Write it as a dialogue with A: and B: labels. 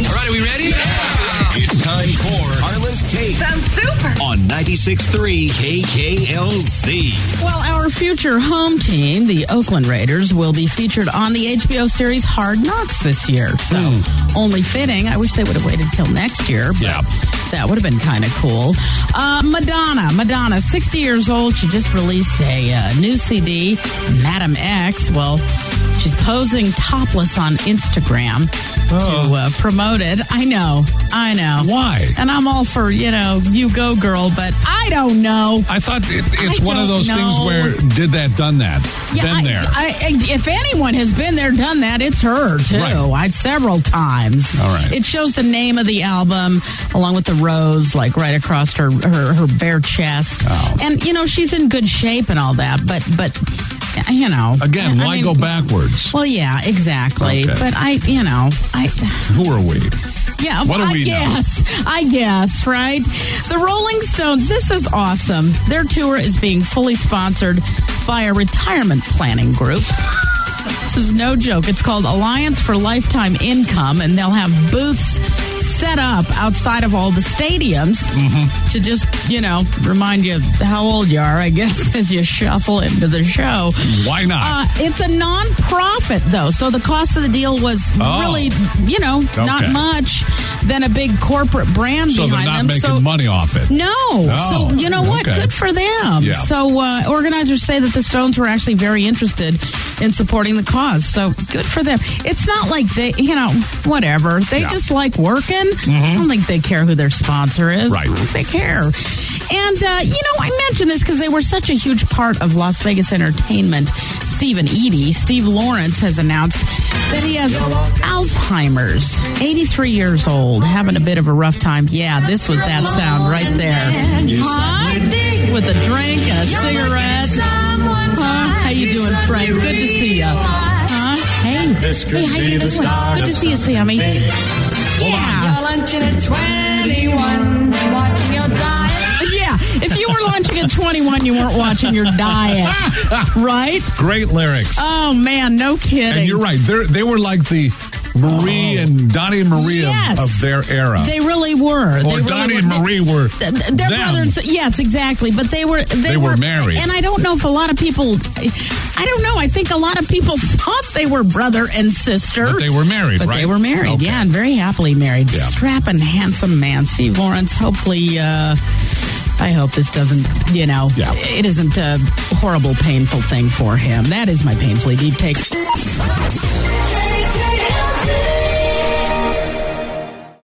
A: right, are we ready?
B: It's time for Harlan's Take
C: Sounds super.
B: on 96.3 KKLZ.
D: Well, our future home team, the Oakland Raiders, will be featured on the HBO series Hard Knocks this year. So, only fitting. I wish they would have waited till next year, but
B: Yeah.
D: that would have been kind of cool. Uh, Madonna, Madonna, 60 years old. She just released a uh, new CD, Madam X. Well, she's posing topless on Instagram to uh, promote it. I know, I know.
E: Why?
D: And I'm all for, you know, you go girl, but I don't know.
E: I thought it, it's
D: I
E: one of
D: don't
E: those things
D: know.
E: where did that, done that, been
D: I,
E: there.
D: I, I- if anyone has been there, done that, it's her too.
E: Right.
D: I several times.
E: All right.
D: It shows the name of the album along with the rose, like right across her her, her bare chest.
E: Oh.
D: And you know she's in good shape and all that, but but you know
E: Again,
D: I
E: why
D: mean-
E: go backwards?
D: Well, yeah, exactly.
E: Okay.
D: But I, you know, I.
E: Who are we?
D: Yeah,
E: What do
D: I
E: we know?
D: guess. I guess, right? The Rolling Stones, this is awesome. Their tour is being fully sponsored by a retirement planning group. This is no joke. It's called Alliance for Lifetime Income, and they'll have booths set up outside of all the stadiums
E: Mm-hmm.
D: to just, you know, remind you how old you are, I guess, as you shuffle into the show.
E: Why not?
D: Uh, it's a non-profit though, so the cost of the deal was
E: Oh.
D: really, you know, not
E: Okay.
D: much than a big corporate brand
E: so they're
D: behind
E: not
D: them.
E: making
D: so
E: money off it.
D: no,
E: Oh,
D: so you know what?
E: okay.
D: Good for them.
E: Yeah.
D: So uh, organizers say that the Stones were actually very interested in supporting the cause. So good for them. It's not like they, you know, whatever. They
E: Yeah. Mm-hmm.
D: just like working. I don't think they care who their sponsor is.
E: Right.
D: I don't think They care. And uh, you know, I mentioned this because they were such a huge part of Las Vegas entertainment. Stephen Eady, Steve Lawrence has announced that he has Alzheimer's. 83 years old, having a bit of a rough time. Yeah, this was that sound right there. Huh? With a drink and a cigarette. Huh? How you doing, Frank? Good to see you. Huh? Hey,
F: This could
D: hey, how you
F: be the
D: doing?
F: start
D: Good to
F: of
D: see you, Sammy. Yeah.
G: You're lunching at 21, watching your diet.
D: Yeah, if you were launching at 21, you weren't watching your diet, right?
E: Great lyrics.
D: Oh man, no kidding.
E: and you're right. They're, they were like the Marie and Donnie and Marie of-
D: Oh. Yes.
E: of, their era.
D: They really were. they
E: or
D: really
E: Donnie
D: were.
E: and
D: They-
E: Marie were.
D: Th- th- Their
E: them.
D: brother and si- yes, exactly. But they were they,
E: They were married.
D: and I don't know if a lot of people. I don't know. I think a lot of people thought they were brother and sister.
E: But they were married,
D: But
E: right?
D: they were married,
E: Okay.
D: yeah, and very happily married.
E: Yeah.
D: Strapping, handsome man, Steve Lawrence. Hopefully, uh, I hope this doesn't, you know,
E: Yeah.
D: it isn't a horrible, painful thing for him. That is my painfully deep take.